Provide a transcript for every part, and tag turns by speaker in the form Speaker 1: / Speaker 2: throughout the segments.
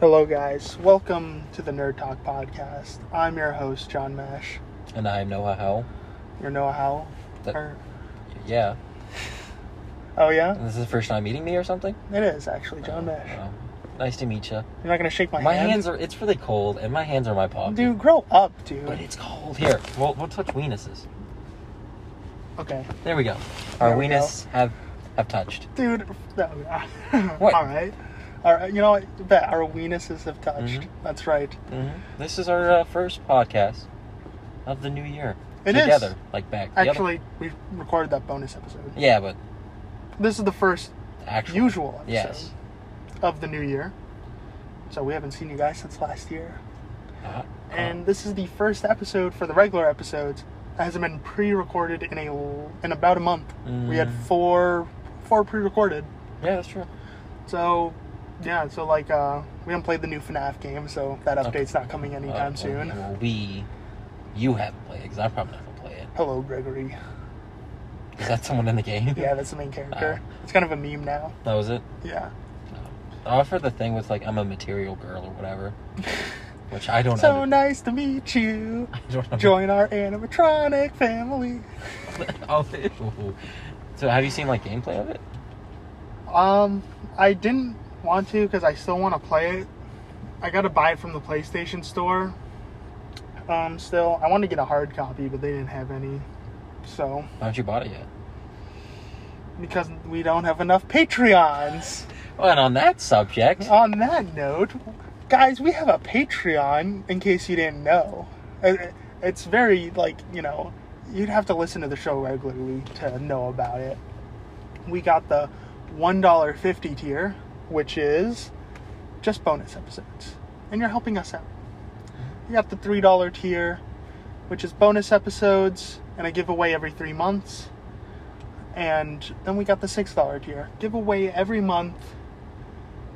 Speaker 1: Hello, guys. Welcome to the Nerd Talk Podcast. I'm your host, John Mash.
Speaker 2: And I am Noah Howell.
Speaker 1: Your Noah Howell.
Speaker 2: That-
Speaker 1: Or-
Speaker 2: Yeah.
Speaker 1: oh, yeah?
Speaker 2: And this is the first time meeting me or something?
Speaker 1: It is, actually, John Mash.
Speaker 2: Oh, nice to meet you.
Speaker 1: You're not going to shake my,
Speaker 2: My
Speaker 1: hand?
Speaker 2: hands are, it's really cold, and my hands are in my pocket.
Speaker 1: Dude, grow up, dude.
Speaker 2: But it's cold. Here, we'll, we'll touch weenuses.
Speaker 1: okay.
Speaker 2: There we go. Our
Speaker 1: There we go.
Speaker 2: weenus have have touched.
Speaker 1: Dude, no.
Speaker 2: What?
Speaker 1: All right. All right. You know what? Bet our weenuses have touched.
Speaker 2: Mhm.
Speaker 1: That's right.
Speaker 2: hmm This is our uh, first podcast of the new year.
Speaker 1: It is.
Speaker 2: Together, like back. the other-
Speaker 1: Actually, we recorded that bonus episode.
Speaker 2: Yeah, but
Speaker 1: This is the first
Speaker 2: actually.
Speaker 1: usual episode
Speaker 2: Yes.
Speaker 1: of the new year. So we haven't seen you guys since last year.
Speaker 2: Uh,
Speaker 1: and this is the first episode for the regular episodes that hasn't been pre-recorded in a l- in about a month. We had
Speaker 2: Mm.
Speaker 1: four four pre-recorded,
Speaker 2: Uh-huh. yeah, that's true.
Speaker 1: so yeah, so like uh, we haven't played the new FNAF game, so that
Speaker 2: Okay.
Speaker 1: update's not coming
Speaker 2: Uh,
Speaker 1: anytime
Speaker 2: well,
Speaker 1: soon.
Speaker 2: Well, we, you haven't played it, because I'm probably not going to play it.
Speaker 1: Hello, Gregory.
Speaker 2: Is that someone in the game?
Speaker 1: Yeah, that's the main character.
Speaker 2: Ah.
Speaker 1: It's kind of a meme now.
Speaker 2: That was it?
Speaker 1: Yeah.
Speaker 2: I offer the thing with like I'm a material girl or whatever, which I don't.
Speaker 1: So
Speaker 2: under-
Speaker 1: nice to meet you.
Speaker 2: I don't under-
Speaker 1: Join our animatronic family.
Speaker 2: oh, ew. so have you seen like gameplay of it?
Speaker 1: Um, I didn't want to because I still want to play it. I got to buy it from the PlayStation Store. Um, still, I wanted to get a hard copy, but they didn't have any. So,
Speaker 2: Why haven't you bought it yet?
Speaker 1: because we don't have enough Patreons.
Speaker 2: Well, and on that subject,
Speaker 1: On that note, guys, we have a Patreon. In case you didn't know, It- it's very like you know, you'd have to listen to the show regularly to know about it. We got the one dollar fifty tier, which is just bonus episodes, and you're helping us out. You got the three dollar tier, which is bonus episodes and a giveaway every three months. And then we got the six dollar tier, giveaway every month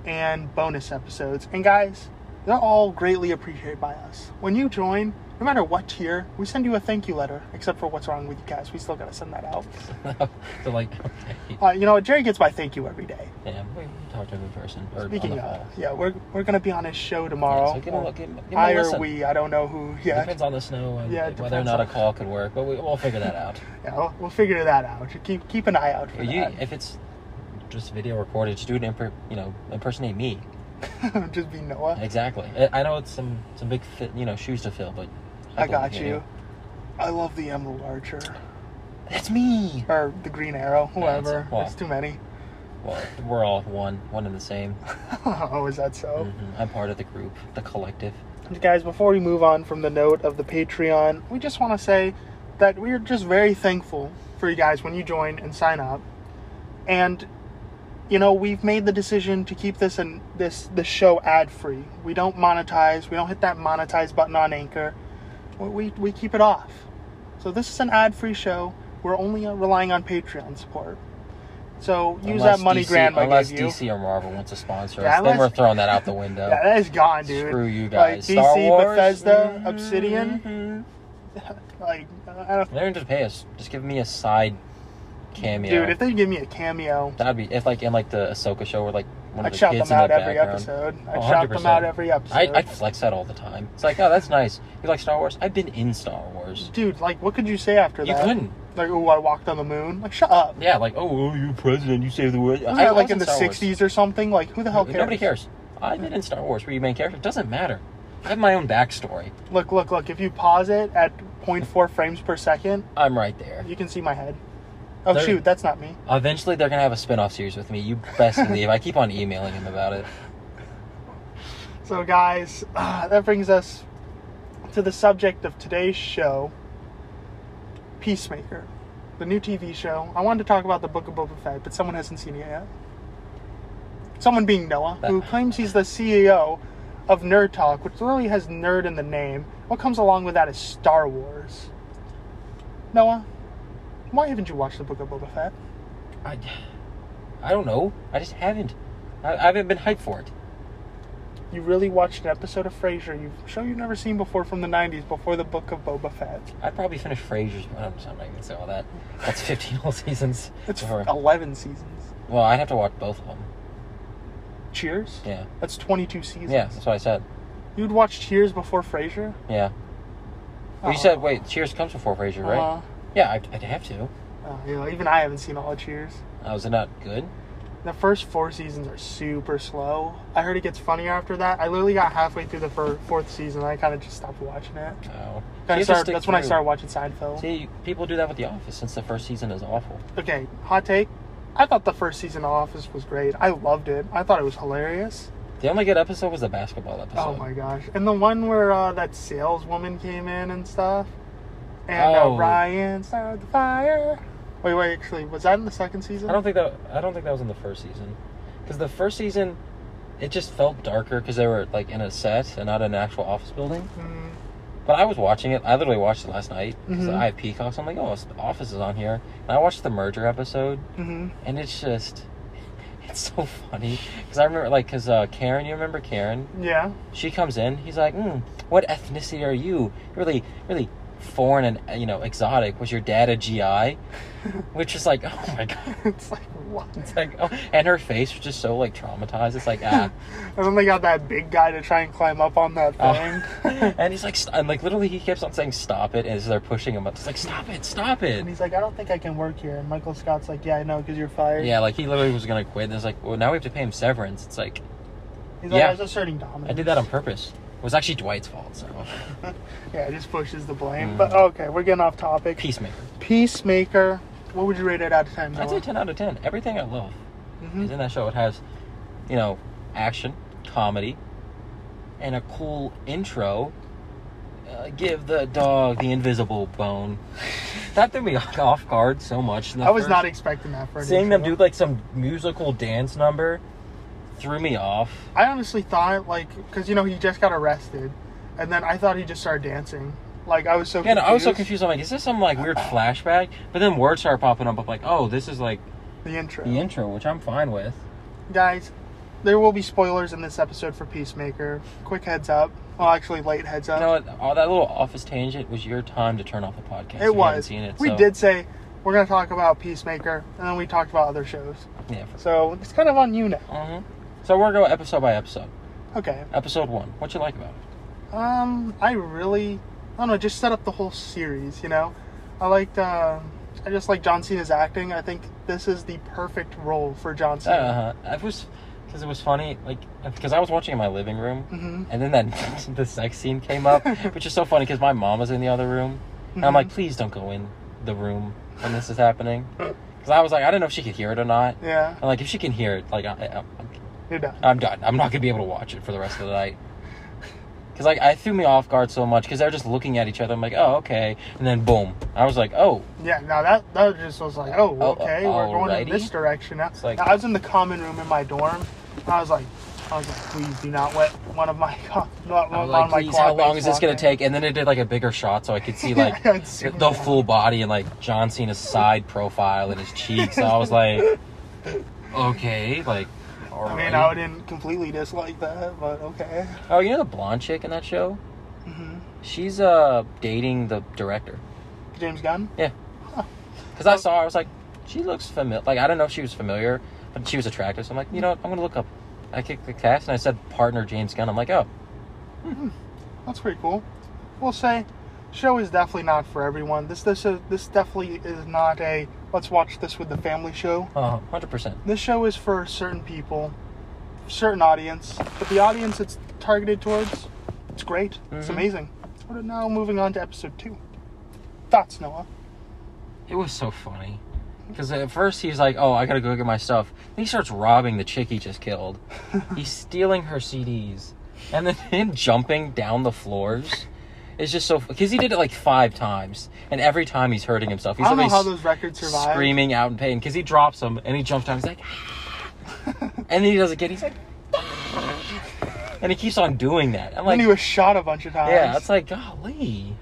Speaker 1: and bonus episodes. And guys, they're all greatly appreciated by us. When you join, no matter what tier, we send you a thank you letter, except for what's wrong with you guys. We still gotta send that out.
Speaker 2: so like, okay,
Speaker 1: Uh, you know, what? Jerry gets my thank you every day.
Speaker 2: yeah, we we talked to him in person. Or on
Speaker 1: Speaking
Speaker 2: the
Speaker 1: of,
Speaker 2: phone.
Speaker 1: yeah, we're, we're gonna be on his show
Speaker 2: yeah,
Speaker 1: tomorrow.
Speaker 2: so give him, a-
Speaker 1: Or
Speaker 2: give him, give him
Speaker 1: I
Speaker 2: a
Speaker 1: or
Speaker 2: listen.
Speaker 1: we, I don't know who. Yeah,
Speaker 2: Depends on the snow and
Speaker 1: Yeah, it
Speaker 2: whether or
Speaker 1: depends
Speaker 2: not a
Speaker 1: on-
Speaker 2: call could work, but we, we'll figure that out.
Speaker 1: yeah we'll, we'll figure that out. Keep keep an eye out for
Speaker 2: Or you,
Speaker 1: that.
Speaker 2: if it's just video recorded, just do an imper- you know, impersonate me.
Speaker 1: Just be Noah.
Speaker 2: Exactly. I, I know it's some some big fit, you know shoes to fill, but
Speaker 1: I
Speaker 2: believe
Speaker 1: got you. I love the Emerald Archer
Speaker 2: That's me.
Speaker 1: or the Green Arrow,
Speaker 2: Yeah, it's-
Speaker 1: whoever.
Speaker 2: well.
Speaker 1: It's too many.
Speaker 2: Well, we're all one, one and the same.
Speaker 1: oh, is that so?
Speaker 2: Mhm. I'm part of the group, the collective.
Speaker 1: Guys, before we move on from the note of the Patreon, we just want to say that we're just very thankful for you guys when you join and sign up. And you know, we've made the decision to keep this and this this show ad free. We don't monetize. We don't hit that monetize button on Anchor. We we, we keep it off. So this is an ad free show. We're only uh, relying on Patreon support. So use
Speaker 2: Unless
Speaker 1: that money
Speaker 2: DC
Speaker 1: Grandma
Speaker 2: unless
Speaker 1: gave you.
Speaker 2: DC or Marvel wants to sponsor
Speaker 1: Yeah,
Speaker 2: us, then
Speaker 1: unless-
Speaker 2: we're throwing that out the window.
Speaker 1: yeah, that is gone, dude.
Speaker 2: Screw you
Speaker 1: Like,
Speaker 2: guys.
Speaker 1: DC,
Speaker 2: Star Wars,
Speaker 1: Bethesda,
Speaker 2: mhm,
Speaker 1: Obsidian.
Speaker 2: mhm.
Speaker 1: Like I don't
Speaker 2: They don't just pay us. Just give me a side cameo.
Speaker 1: Dude, if they give me a cameo,
Speaker 2: that'd be if like in like the Ahsoka show where like one of
Speaker 1: I'd
Speaker 2: the
Speaker 1: shout
Speaker 2: kids
Speaker 1: them out
Speaker 2: in the
Speaker 1: every
Speaker 2: background.
Speaker 1: episode. I'd
Speaker 2: Oh,
Speaker 1: shout them
Speaker 2: 100%.
Speaker 1: out every episode.
Speaker 2: I, I flex that all the time. It's like, oh, that's nice. You like Star Wars? I've been in Star Wars.
Speaker 1: Dude, like, what could you say after
Speaker 2: You
Speaker 1: that?
Speaker 2: couldn't.
Speaker 1: Like, oh, I walked on the moon. Like, shut up.
Speaker 2: Yeah, like, oh, you president, you saved the world.
Speaker 1: Wasn't
Speaker 2: I
Speaker 1: that, like
Speaker 2: was
Speaker 1: in the
Speaker 2: Star Wars.
Speaker 1: '60s or something? Like, who the hell cares?
Speaker 2: Nobody cares. I've been in Star Wars where you main character. It doesn't matter. I have my own backstory.
Speaker 1: Look, look, look. If you pause it at 0.4 frames per second,
Speaker 2: I'm right there.
Speaker 1: you can see my head. Oh
Speaker 2: There-
Speaker 1: shoot, that's not me.
Speaker 2: Eventually, they're gonna have a spin-off series with me. You best believe. I keep on emailing him about it.
Speaker 1: So, guys, uh, that brings us to the subject of today's show Peacemaker, the new TV show. I wanted to talk about the Book of Boba Fett, but someone hasn't seen it yet. Someone being Noah, who claims he's the CEO of Nerd Talk, which literally has nerd in the name. What comes along with that is Star Wars. Noah, why haven't you watched the Book of Boba Fett?
Speaker 2: I, I don't know. I just haven't. I, I haven't been hyped for it.
Speaker 1: You really watched an episode of Frasier, you show you've never seen before from the 90s, before the Book of Boba Fett.
Speaker 2: I'd probably finish Frasier's. but I'm not gonna say all that. That's 15 whole seasons.
Speaker 1: It's
Speaker 2: before-
Speaker 1: 11 seasons.
Speaker 2: Well, I'd have to watch both of them.
Speaker 1: Cheers.
Speaker 2: Yeah.
Speaker 1: That's 22 seasons.
Speaker 2: Yeah, that's what I said.
Speaker 1: You'd watch Cheers before Frasier.
Speaker 2: Yeah. Well, you
Speaker 1: Oh.
Speaker 2: said, wait, Cheers comes before Frasier, right?
Speaker 1: Uh,
Speaker 2: yeah, I'd, I'd have to.
Speaker 1: uh, you know, even I haven't seen all of Cheers.
Speaker 2: Uh, was it not good?
Speaker 1: The first four seasons are super slow. I heard it gets funnier after that. I literally got halfway through the fir- fourth season. And I kind of just stopped watching it.
Speaker 2: No.
Speaker 1: Kinda
Speaker 2: You have to
Speaker 1: started-
Speaker 2: Oh. stick
Speaker 1: that's when I
Speaker 2: through.
Speaker 1: started watching Seinfeld.
Speaker 2: See, people do that with The Office since the first season is awful.
Speaker 1: Okay, hot take. I thought the first season of Office was great. I loved it. I thought it was hilarious.
Speaker 2: The only good episode was the basketball episode.
Speaker 1: Oh my gosh! And the one where uh, that saleswoman came in and stuff, and
Speaker 2: Oh.
Speaker 1: uh, Ryan started the fire. Wait, wait. Actually, was that in the second season?
Speaker 2: I don't think that I don't think that was in the first season, because the first season, it just felt darker because they were like in a set and not an actual office building.
Speaker 1: Mm,
Speaker 2: But I was watching it. I literally watched it last night because
Speaker 1: Mhm.
Speaker 2: I have Peacock. So I'm like, oh, it's- the Office is on here, and I watched the merger episode,
Speaker 1: mhm.
Speaker 2: and it's just, it's so funny because I remember like because uh, Karen, you remember Karen?
Speaker 1: Yeah.
Speaker 2: She comes in. He's like, mm, what ethnicity are you? Really, really foreign and uh, you know exotic. Was your dad a GI? Which is like, oh my god.
Speaker 1: it's like what?
Speaker 2: It's like, oh, and her face was just so like traumatized. It's like, ah.
Speaker 1: And then they got that big guy to try and climb up on that
Speaker 2: Oh.
Speaker 1: thing.
Speaker 2: and he's like, st- and like literally, he keeps on saying, "Stop it!" As they're pushing him up, it's like, "Stop it! Stop it!"
Speaker 1: and he's like, I don't think I can work here. And Michael Scott's like, Yeah, I know, because you're fired.
Speaker 2: Yeah, like he literally was gonna quit. And it's like, well, now we have to pay him severance. It's like,
Speaker 1: He's like,
Speaker 2: Yeah.
Speaker 1: I was asserting dominance.
Speaker 2: I did that um, on purpose. It was actually Dwight's fault. So,
Speaker 1: Yeah, it just pushes the blame.
Speaker 2: Mm.
Speaker 1: But okay, we're getting off topic.
Speaker 2: peacemaker.
Speaker 1: Peacemaker. What would you rate it out of ten?
Speaker 2: I'd say ten out of ten. Everything I love is
Speaker 1: Mm-hmm.
Speaker 2: in that show. It has, you know, action, comedy, and a cool intro. Uh, give the dog the invisible bone. That threw me off guard so much. in the
Speaker 1: I was
Speaker 2: first-
Speaker 1: not expecting that for an
Speaker 2: Seeing them
Speaker 1: intro.
Speaker 2: do like some musical dance number threw me off.
Speaker 1: I honestly thought like, because you know he just got arrested, and then I thought he just started dancing. Like I was so.
Speaker 2: Yeah, no,
Speaker 1: confused.
Speaker 2: I was so confused. I'm like, is this some like weird flashback? But then words start popping up. of like, oh, this is like
Speaker 1: The intro.
Speaker 2: the intro, which I'm fine with.
Speaker 1: Guys, there will be spoilers in this episode for Peacemaker. Quick heads up. Well, actually, late heads
Speaker 2: You
Speaker 1: up.
Speaker 2: know what? All that little office tangent was your time to turn off the
Speaker 1: it
Speaker 2: podcast. if you haven't
Speaker 1: was.
Speaker 2: Seen it,
Speaker 1: we
Speaker 2: so-
Speaker 1: did say we're gonna talk about Peacemaker, and then we talked about other shows.
Speaker 2: Yeah.
Speaker 1: So it's kind of on you now.
Speaker 2: hmm So we're going episode by episode.
Speaker 1: Okay.
Speaker 2: Episode one. What you like about it?
Speaker 1: Um, I really, I don't know, just set up the whole series, you know? I liked, uh, I just like John Cena's acting. I think this is the perfect role for John Cena.
Speaker 2: Uh huh. It was because it was funny. Like because I was watching in my living room,
Speaker 1: Mm-hmm.
Speaker 2: and then that the sex scene came up, which is so funny because my mom was in the other room, and I'm like, please don't go in the room when this is happening, because I was like, I don't know if she could hear it or not.
Speaker 1: Yeah,
Speaker 2: And like if she can hear it, like I, I,
Speaker 1: you're done.
Speaker 2: I'm done. I'm not gonna be able to watch it for the rest of the night. Cause like I threw me off guard so much because they're just looking at each other. I'm like, oh okay, and then boom, I was like, oh,
Speaker 1: Yeah, now that, that just was like, oh,
Speaker 2: Oh,
Speaker 1: okay,
Speaker 2: uh,
Speaker 1: we're going in
Speaker 2: alrighty.
Speaker 1: this direction now.
Speaker 2: It's like-
Speaker 1: I was in the common room in my dorm, and I was like, I was like, please do not let one of my, co- not one
Speaker 2: I was like,
Speaker 1: of my
Speaker 2: please, how long is this
Speaker 1: clockmates walk
Speaker 2: gonna
Speaker 1: in.
Speaker 2: take? And then it did like a bigger shot so I could see like
Speaker 1: Yeah, it's super
Speaker 2: the
Speaker 1: bad.
Speaker 2: full body and like John Cena's side profile and his cheeks. So I was like, okay, like.
Speaker 1: I
Speaker 2: alright.
Speaker 1: mean, I didn't completely dislike that, but okay.
Speaker 2: Oh, you know the blonde chick in that show?
Speaker 1: hmm
Speaker 2: She's uh dating the director.
Speaker 1: James Gunn?
Speaker 2: Because
Speaker 1: Oh.
Speaker 2: I saw her, I was like, she looks familiar. Like, I don't know if she was familiar, but she was attractive. So I'm like, you know what? I'm going to look up. I kicked the cast and I said, partner James Gunn. I'm like, oh,
Speaker 1: That's pretty cool. We'll say, show is definitely not for everyone. This this is, this definitely is not a let's watch this with the family show.
Speaker 2: uh, 100%.
Speaker 1: This show is for certain people, certain audience. But the audience it's targeted towards, it's great. It's
Speaker 2: Mhm.
Speaker 1: amazing. We're now moving on to episode two. Thoughts, Noah?
Speaker 2: It was so funny. Because at first he's like, oh, I got to go get my stuff. Then he starts robbing the chick he just killed. he's stealing her CDs. And then him jumping down the floors. is just so because he did it like five times, and every time he's hurting himself. He's
Speaker 1: I don't know
Speaker 2: always
Speaker 1: how those records survive.
Speaker 2: screaming out in pain because he drops him and he jumps down. He's like, "Ah!" and then he does it again. He's like, "Ah!" and he keeps on doing that. I'm
Speaker 1: When
Speaker 2: like,
Speaker 1: he was shot a bunch of times.
Speaker 2: yeah, it's like, golly.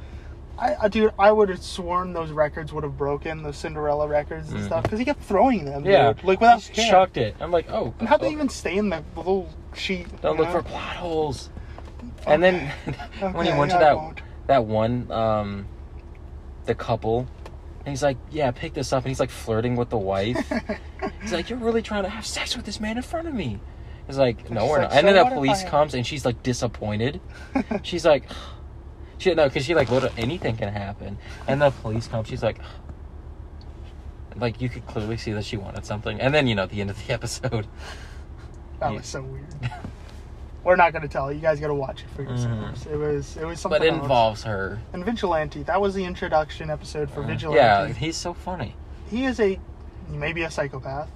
Speaker 1: I, I dude, I would have sworn those records would have broken those Cinderella records and
Speaker 2: Mhm.
Speaker 1: stuff because he kept throwing them.
Speaker 2: Yeah,
Speaker 1: dude, like without
Speaker 2: He
Speaker 1: care.
Speaker 2: chucked it. I'm like, oh,
Speaker 1: And how'd they
Speaker 2: oh,
Speaker 1: even stay in that little sheet?
Speaker 2: Don't
Speaker 1: you
Speaker 2: look
Speaker 1: know?
Speaker 2: for plot holes. And then when he
Speaker 1: Okay,
Speaker 2: went to
Speaker 1: I
Speaker 2: that
Speaker 1: won't.
Speaker 2: that one, um, the couple, and he's like, yeah, pick this up, and he's like flirting with the wife. He's like, "You're really trying to have sex with this man in front of me." It's like, no,
Speaker 1: she's
Speaker 2: we're
Speaker 1: like,
Speaker 2: not. And then
Speaker 1: "So
Speaker 2: the
Speaker 1: what if
Speaker 2: police
Speaker 1: I-"
Speaker 2: comes and she's like disappointed. she's like, she no, because she like literally anything can happen. And the police come. She's like, like you could clearly see that she wanted something. And then you know at the end of the episode.
Speaker 1: That
Speaker 2: Yeah.
Speaker 1: was so weird. We're not gonna tell you guys. Got to watch it for yourselves. It was it was something.
Speaker 2: but it
Speaker 1: else.
Speaker 2: involves her.
Speaker 1: and Vigilante. That was the introduction episode
Speaker 2: Uh-huh.
Speaker 1: for Vigilante.
Speaker 2: Yeah, he's so funny.
Speaker 1: he is a maybe a psychopath.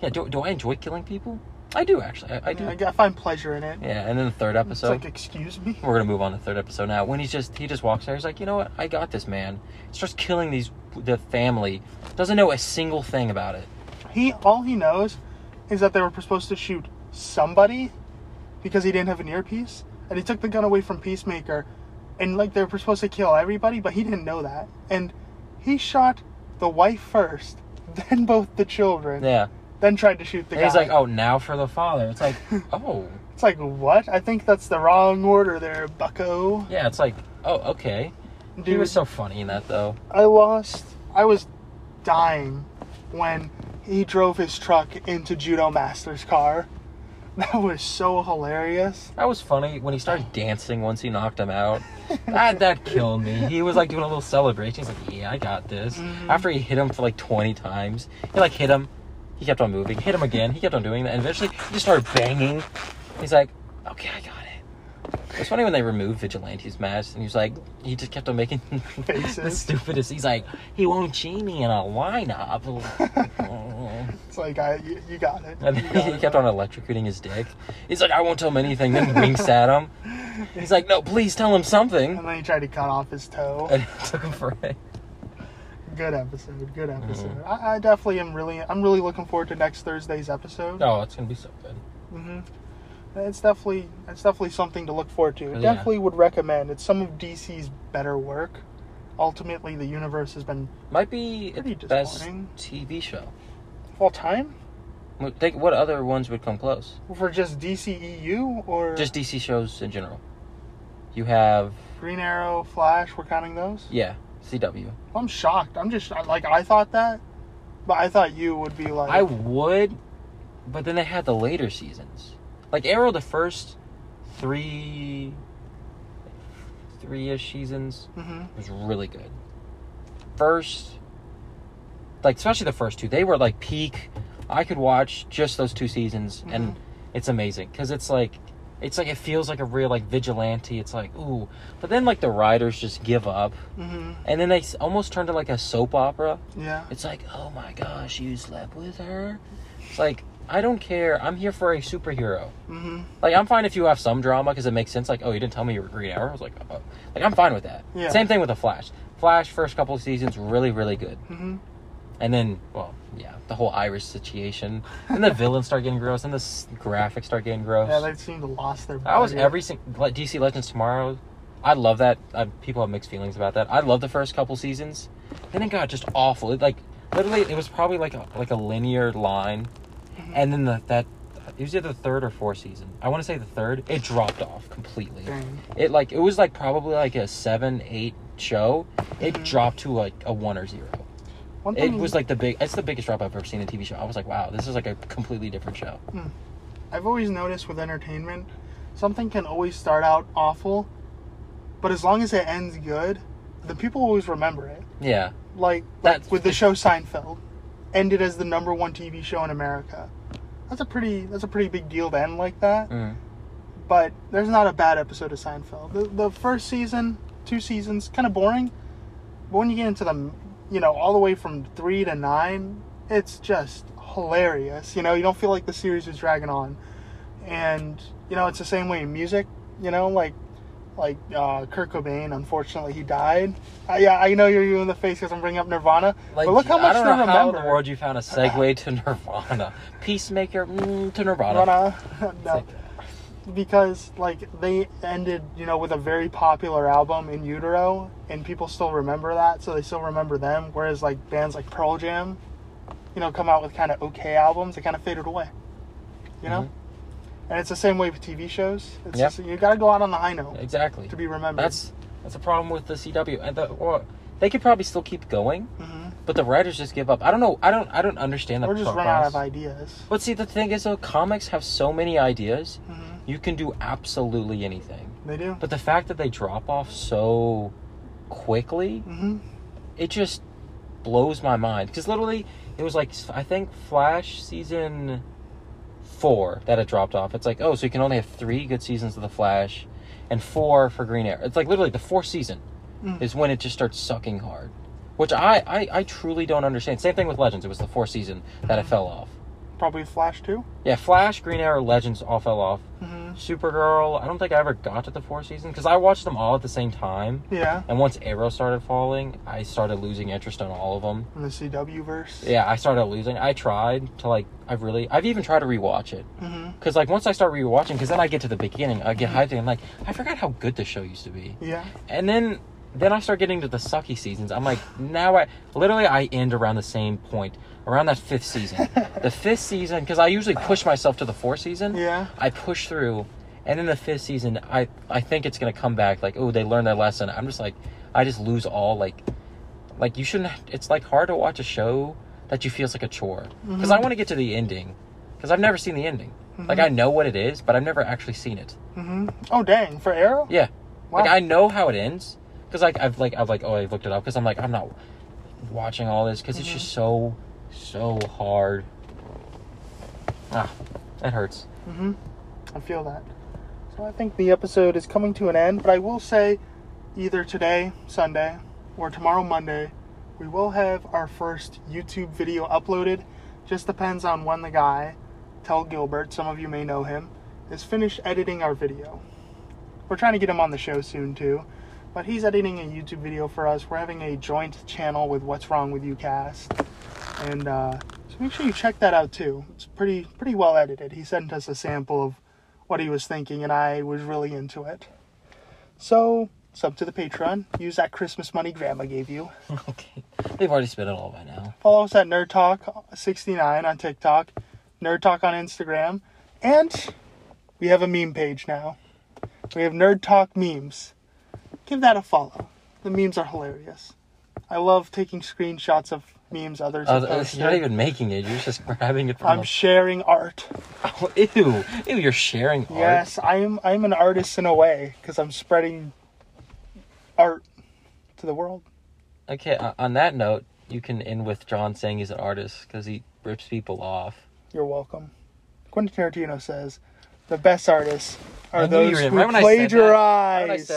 Speaker 2: Yeah, do, do I enjoy killing people? I do actually. I, I do.
Speaker 1: I, I find pleasure in it.
Speaker 2: Yeah, and then the third
Speaker 1: It's
Speaker 2: episode.
Speaker 1: like, excuse me.
Speaker 2: We're gonna move on to the third episode now. When he's just he just walks there, he's like, you know what, I got this man. Starts killing these the family. Doesn't know a single thing about it.
Speaker 1: He all he knows is that they were supposed to shoot somebody because he didn't have an earpiece, and he took the gun away from Peacemaker, and like they were supposed to kill everybody, but he didn't know that, and he shot the wife first, then both the children,
Speaker 2: Yeah.
Speaker 1: then tried to shoot the
Speaker 2: And
Speaker 1: guy.
Speaker 2: he's like, oh, now for the father. It's like, oh,
Speaker 1: It's like what? I think that's the wrong order there, Bucko.
Speaker 2: yeah. It's like, oh, okay.
Speaker 1: Dude,
Speaker 2: He was so funny in that though.
Speaker 1: I lost. I was dying when he drove his truck into Judo Master's car. That was so hilarious.
Speaker 2: That was funny when he started dancing once he knocked him out. That that killed me. He was like doing a little celebration. He's like, yeah, I got this. After he hit him for like twenty times, he like hit him. He kept on moving. Hit him again. He kept on doing that. And eventually, he just started banging. He's like, okay, I got it. It was funny when they removed Vigilante's mask, and he was like, he just kept on making the
Speaker 1: Faces.
Speaker 2: stupidest. He's like, he won't see me in a lineup.
Speaker 1: It's like I, you, you got it.
Speaker 2: And
Speaker 1: You got
Speaker 2: he
Speaker 1: it.
Speaker 2: kept on electrocuting his dick. He's like, I won't tell him anything. Then winks at him. He's like, No, please tell him something.
Speaker 1: And then he tried to cut off his toe.
Speaker 2: And it took him forever.
Speaker 1: Good episode. Good episode. I, I definitely am really. I'm really looking forward to next Thursday's episode.
Speaker 2: No, it's gonna be so good.
Speaker 1: hmm It's definitely. It's definitely something to look forward to.
Speaker 2: Yeah.
Speaker 1: Definitely would recommend. It's some of DC's better work. Ultimately, the universe has been
Speaker 2: Might be
Speaker 1: Pretty
Speaker 2: its best
Speaker 1: disappointing.
Speaker 2: TV show.
Speaker 1: full time.
Speaker 2: Well, Think what other ones would come close?
Speaker 1: For just DCEU or
Speaker 2: Just DC shows in general. You have
Speaker 1: Green Arrow, Flash, we're counting those?
Speaker 2: yeah, CW.
Speaker 1: I'm shocked. I'm just like I thought that, but I thought you would be like
Speaker 2: I would, but then they had the later seasons. Like Arrow, the first three, three-ish seasons
Speaker 1: hmm
Speaker 2: was really good. First, like especially the first two, they were like peak. I could watch just those two seasons,
Speaker 1: Mhm.
Speaker 2: and it's amazing because it's like, it's like it feels like a real like vigilante. It's like ooh, but then like the writers just give up,
Speaker 1: hmm
Speaker 2: and then they s- almost turn to like a soap opera.
Speaker 1: Yeah.
Speaker 2: It's like oh my gosh, you slept with her. It's like I don't care. I'm here for a superhero.
Speaker 1: hmm
Speaker 2: Like I'm fine if you have some drama because it makes sense. Like, oh, you didn't tell me you were Green Arrow. I was like, oh. like I'm fine with that.
Speaker 1: Yeah.
Speaker 2: Same thing with the Flash. Flash first couple of seasons really really good,
Speaker 1: hmm
Speaker 2: and then well, yeah, the whole Irish situation, and the villains start getting gross, and the s- graphics start getting gross.
Speaker 1: Yeah, they seem to lost their
Speaker 2: that was
Speaker 1: budget.
Speaker 2: every single like, DC Legends Tomorrow. I love that. I, people have mixed feelings about that. I love the first couple seasons, then it got just awful. It like literally, it was probably like a, like a linear line, and then the, that it was either the third or fourth season. I want to say the third. It dropped off completely.
Speaker 1: Dang.
Speaker 2: It like it was like probably like a seven eight show. It dropped to like a one or zero.
Speaker 1: One
Speaker 2: It
Speaker 1: thing
Speaker 2: was like the big. It's the biggest drop I've ever seen in a TV show. I was like, wow, this is like a completely different show.
Speaker 1: I've always noticed with entertainment, something can always start out awful, but as long as it ends good, the people always remember it.
Speaker 2: Yeah.
Speaker 1: like,
Speaker 2: That's-
Speaker 1: like with the show Seinfeld, ended as the number one TV show in America. That's a pretty that's a pretty big deal to end like that.
Speaker 2: Mm.
Speaker 1: But there's not a bad episode of Seinfeld. The, the first season, two seasons, kind of boring. But when you get into the, you know, all the way from three to nine, it's just hilarious. You know, you don't feel like the series is dragging on, and you know it's the same way in music. You know, like like uh, Kurt Cobain. Unfortunately, he died. Uh, yeah, I know you're you in the face because I'm bringing up Nirvana.
Speaker 2: Like,
Speaker 1: but look how
Speaker 2: I
Speaker 1: much
Speaker 2: don't
Speaker 1: they
Speaker 2: know
Speaker 1: remember.
Speaker 2: how in the world you found a segue to Nirvana, Peacemaker mm, to Nirvana.
Speaker 1: Nirvana. no.
Speaker 2: Sick.
Speaker 1: Because like they ended, you know, with a very popular album in utero, and people still remember that, so they still remember them. Whereas like bands like Pearl Jam, you know, come out with kind of okay albums, they kind of faded away. You know,
Speaker 2: Mhm.
Speaker 1: and it's the same way with TV shows. It's
Speaker 2: Yep.
Speaker 1: just, you got to go out on the high note
Speaker 2: Exactly.
Speaker 1: to be remembered.
Speaker 2: That's that's a problem with the CW and the or they could probably still keep going,
Speaker 1: hmm
Speaker 2: But the writers just give up. I don't know. I don't. I don't understand that.
Speaker 1: Or just
Speaker 2: thought
Speaker 1: run out
Speaker 2: process.
Speaker 1: of ideas.
Speaker 2: But see, the thing is, though, comics have so many ideas.
Speaker 1: hmm
Speaker 2: You can do absolutely anything.
Speaker 1: They do.
Speaker 2: But the fact that they drop off so quickly,
Speaker 1: hmm
Speaker 2: it just blows my mind. Because literally, it was like I think Flash season four that it dropped off. It's like oh, so you can only have three good seasons of the Flash, and four for Green Arrow. It's like literally the fourth season
Speaker 1: Mm.
Speaker 2: is when it just starts sucking hard, which I I, I truly don't understand. Same thing with Legends. It was the fourth season that it fell off.
Speaker 1: Probably Flash too.
Speaker 2: Yeah, Flash, Green Arrow, Legends all fell off.
Speaker 1: hmm
Speaker 2: Supergirl, I don't think I ever got to the fourth season because I watched them all at the same time.
Speaker 1: Yeah.
Speaker 2: And once Arrow started falling, I started losing interest on all of them.
Speaker 1: In the CW verse.
Speaker 2: Yeah, I started losing. I tried to like, I really, I've even tried to rewatch it
Speaker 1: hmm
Speaker 2: because like once I start rewatching, because then I get to the beginning, I get hyped and I'm like, I forgot how good this show used to be.
Speaker 1: Yeah.
Speaker 2: And then, then I start getting to the sucky seasons. I'm like, now I literally I end around the same point, around that fifth season. the fifth season, because I usually push myself to the fourth season.
Speaker 1: Yeah.
Speaker 2: I push through, and in the fifth season, I I think it's gonna come back. Like, oh, they learned their lesson. I'm just like, I just lose all like, like you shouldn't. It's like hard to watch a show that you feels like a chore because I
Speaker 1: Mhm.
Speaker 2: want to get to the ending because I've never seen the ending. Like
Speaker 1: Mhm.
Speaker 2: I know what it is, but I've never actually seen it.
Speaker 1: hmm Oh dang! For Arrow.
Speaker 2: Yeah,
Speaker 1: Wow.
Speaker 2: like I know how it ends because like I've like I've like oh I've looked it up because I'm like I'm not watching all this because it's
Speaker 1: Mhm.
Speaker 2: just so so hard. Ah, that hurts.
Speaker 1: hmm I feel that. So I think the episode is coming to an end, but I will say either today, Sunday, or tomorrow, Monday, we will have our first YouTube video uploaded. Just depends on when the guy, Tell Gilbert, some of you may know him, is finished editing our video. We're trying to get him on the show soon, too. But he's editing a YouTube video for us. We're having a joint channel with What's Wrong with You cast and uh, so make sure you check that out too. It's pretty pretty well edited. He sent us a sample of what he was thinking, and I was really into it. So sub to the Patreon. Use that Christmas money Grandma gave you.
Speaker 2: Okay. They've already spent it all by now.
Speaker 1: Follow us at Nerd Talk 69 on TikTok, Nerd Talk on Instagram, and we have a meme page now. We have Nerd Talk memes. Give that a follow. The memes are hilarious. I love taking screenshots of memes others have
Speaker 2: Uh,
Speaker 1: posted.
Speaker 2: you're not even making it. You're just grabbing it from
Speaker 1: I'm sharing art.
Speaker 2: the. Oh, ew. Ew, you're sharing art.
Speaker 1: Yes, I'm I'm an artist in a way because I'm spreading art to the world.
Speaker 2: Okay, o- on that note, you can end with John saying he's an artist because he rips people off.
Speaker 1: You're welcome. Quentin Tarantino says the best artists
Speaker 2: I
Speaker 1: are
Speaker 2: knew you
Speaker 1: those
Speaker 2: were-
Speaker 1: who
Speaker 2: right when I said that- right when I
Speaker 1: plagiarize.
Speaker 2: said